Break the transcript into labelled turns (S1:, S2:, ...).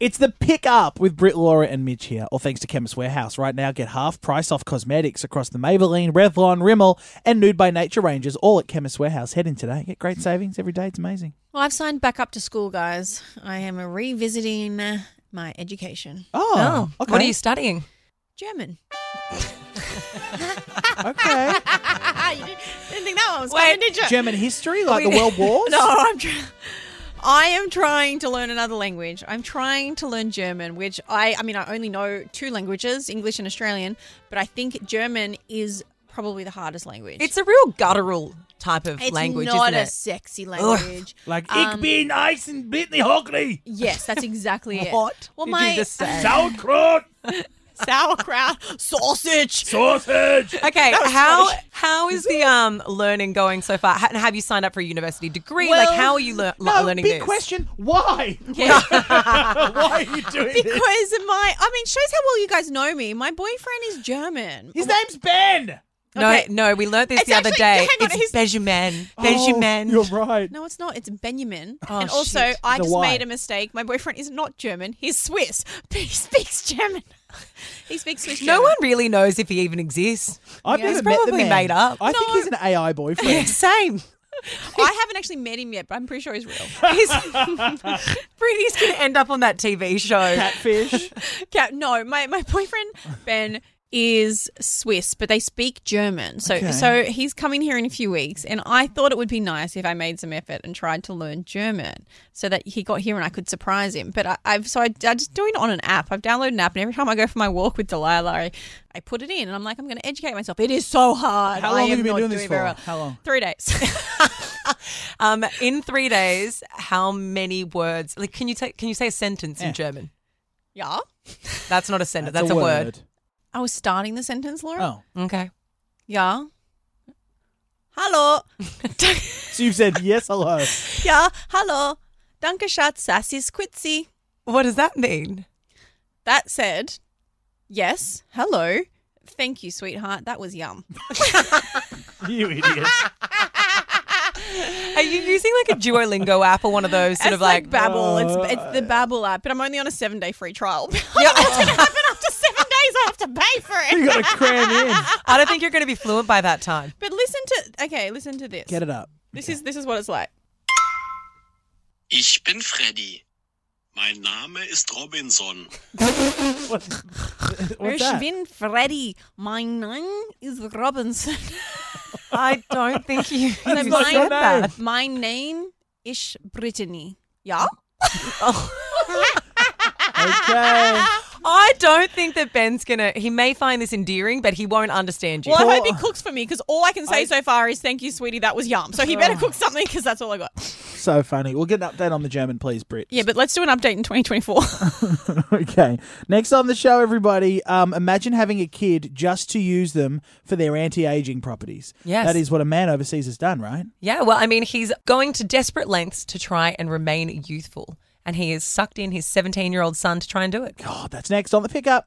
S1: It's the pickup with Britt, Laura, and Mitch here. All thanks to Chemist Warehouse. Right now, get half price off cosmetics across the Maybelline, Revlon, Rimmel, and Nude by Nature ranges, all at Chemist Warehouse. Head in today. Get great savings every day. It's amazing.
S2: Well, I've signed back up to school, guys. I am revisiting my education.
S1: Oh, okay.
S3: What are you studying?
S2: German.
S1: okay.
S2: you didn't think that one was
S3: Wait.
S2: coming, did you?
S1: German history, like the World Wars.
S2: No, I'm. Tr- I am trying to learn another language. I'm trying to learn German, which I. I mean, I only know two languages, English and Australian, but I think German is probably the hardest language.
S3: It's a real guttural type of
S2: It's
S3: language,
S2: not
S3: isn't
S2: a
S3: it?
S2: sexy language. Um,
S1: Like
S3: Um,
S1: ich bin Eisen Britney Hockley.
S2: Yes, that's exactly it.
S3: What?
S2: Well,
S3: did
S2: my
S3: you just say?
S1: Sauerkraut,
S2: sauerkraut sausage.
S1: sausage.
S3: Okay, how how is the um learning going so far? Ha- Have you signed up for a university degree?
S2: Well,
S3: like, how are you lear-
S1: No,
S3: learning
S1: big
S3: this?
S1: question. Why?
S3: Yeah.
S1: Why are you doing this?
S2: Because my, I mean, shows how well you guys know me. My boyfriend is German.
S1: His name's Ben.
S3: No,
S2: Okay.
S3: no, we learnt this
S2: It's
S3: the other
S2: actually-
S3: day.
S2: hang on,
S3: it's
S2: he's-
S3: Benjamin. Benjamin.
S1: Oh, you're right.
S2: No, it's not. It's Benjamin.
S3: Oh,
S2: and also,
S3: shit.
S2: I
S1: The
S2: just
S1: Y.
S2: made a mistake. My boyfriend is not German. He's Swiss, but he speaks German. he speaks Swiss.
S3: no
S2: German.
S3: one really knows if he even exists.
S1: I've
S2: Yeah,
S1: never
S2: it's
S1: met the
S3: probably
S1: man.
S3: made up.
S1: I think
S3: No.
S1: he's an AI boyfriend.
S3: Yeah, same.
S2: I haven't actually met him yet, but I'm pretty sure he's real.
S3: He's, Brittany's going to end up on that TV show.
S1: Catfish.
S2: Okay, no, my, my boyfriend Ben is Swiss, but they speak German. So
S1: Okay.
S2: so he's coming here in a few weeks, and I thought it would be nice if I made some effort and tried to learn German so that he got here and I could surprise him. But I, I've so I, I'm just doing it on an app. I've downloaded an app, and every time I go for my walk with Delilah, I, I put it in, and I'm like, I'm going to educate myself. It is so hard.
S1: How
S2: I
S1: long
S2: am
S1: have you been
S2: not
S1: doing this
S2: very
S1: for?
S2: well.
S1: How long?
S2: Three days.
S3: Um, in three days, how many words? Like, can you take? Can you say a sentence
S1: Yeah.
S3: in German?
S2: yeah.
S3: That's not a sentence. That's, a, word.
S2: I was starting the sentence, Laura.
S1: Oh.
S3: Okay.
S2: Yeah. Hello.
S1: So you've said yes, hello.
S2: Ja, hallo. Danke, Schatz. Das ist Quitzi.
S3: What does that mean?
S2: That said, yes, hello. Thank you, sweetheart. That was yum.
S1: You idiot.
S3: Are you using like a Duolingo app or one of those sort
S2: it's
S3: of like?
S2: Babbel.
S1: uh,
S2: it's, it's the Babbel app, but I'm only on a seven day free trial.
S3: Yeah.
S2: Happen after seven days, I have to pay for
S1: you
S2: it.
S1: got to cram in.
S3: I don't think you're going to be fluent by that time.
S2: But listen to okay, listen to this.
S1: Get it up.
S2: This is this is what it's like.
S4: Ich bin Freddy. Mein Name ist Robinson.
S1: What, what's
S2: Ich
S1: that?
S2: bin Freddy. Mein Name is Robinson.
S3: I don't think you, you
S2: But
S3: said
S1: not your name.
S3: that.
S2: My name is Brittany. Yeah.
S1: Oh. Okay.
S3: I don't think that Ben's gonna. He may find this endearing, but he won't understand you.
S2: Well, I
S1: Poor-
S2: hope he cooks for me because all I can say
S1: I-
S2: so far is thank you, sweetie. That was yum. So he better cook something because that's all I got.
S1: So funny. We'll get an update on the German, please, Brit.
S2: Yeah, but let's do an update in 2024.
S1: okay. Next on the show, everybody, um, imagine having a kid just to use them for their anti aging properties.
S3: Yes.
S1: That is what a man overseas has done, right?
S3: Yeah, well, I mean, he's going to desperate lengths to try and remain youthful, and he has sucked in his 17 year old son to try and do it.
S1: God, that's next on the pickup.